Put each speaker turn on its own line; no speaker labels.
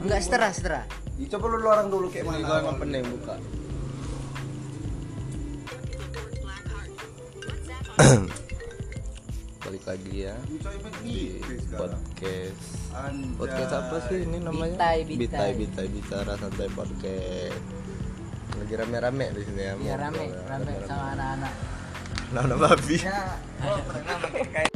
Enggak setera setera.
Ya, coba lu lorong dulu kayak mana
Ini emang pening buka. Balik lagi ya
Ucoy emang
di
gitu sekarang.
podcast.
Anjay.
Podcast apa sih ini namanya?
Bitai, bitai.
bitai, bitai bicara santai podcast. Lagi rame-rame di sini ya.
Iya
ngobrol
rame Iya.
ya,
rame sama anak-anak.
Anak-anak babi.
Ya, oh, pernah pakai kain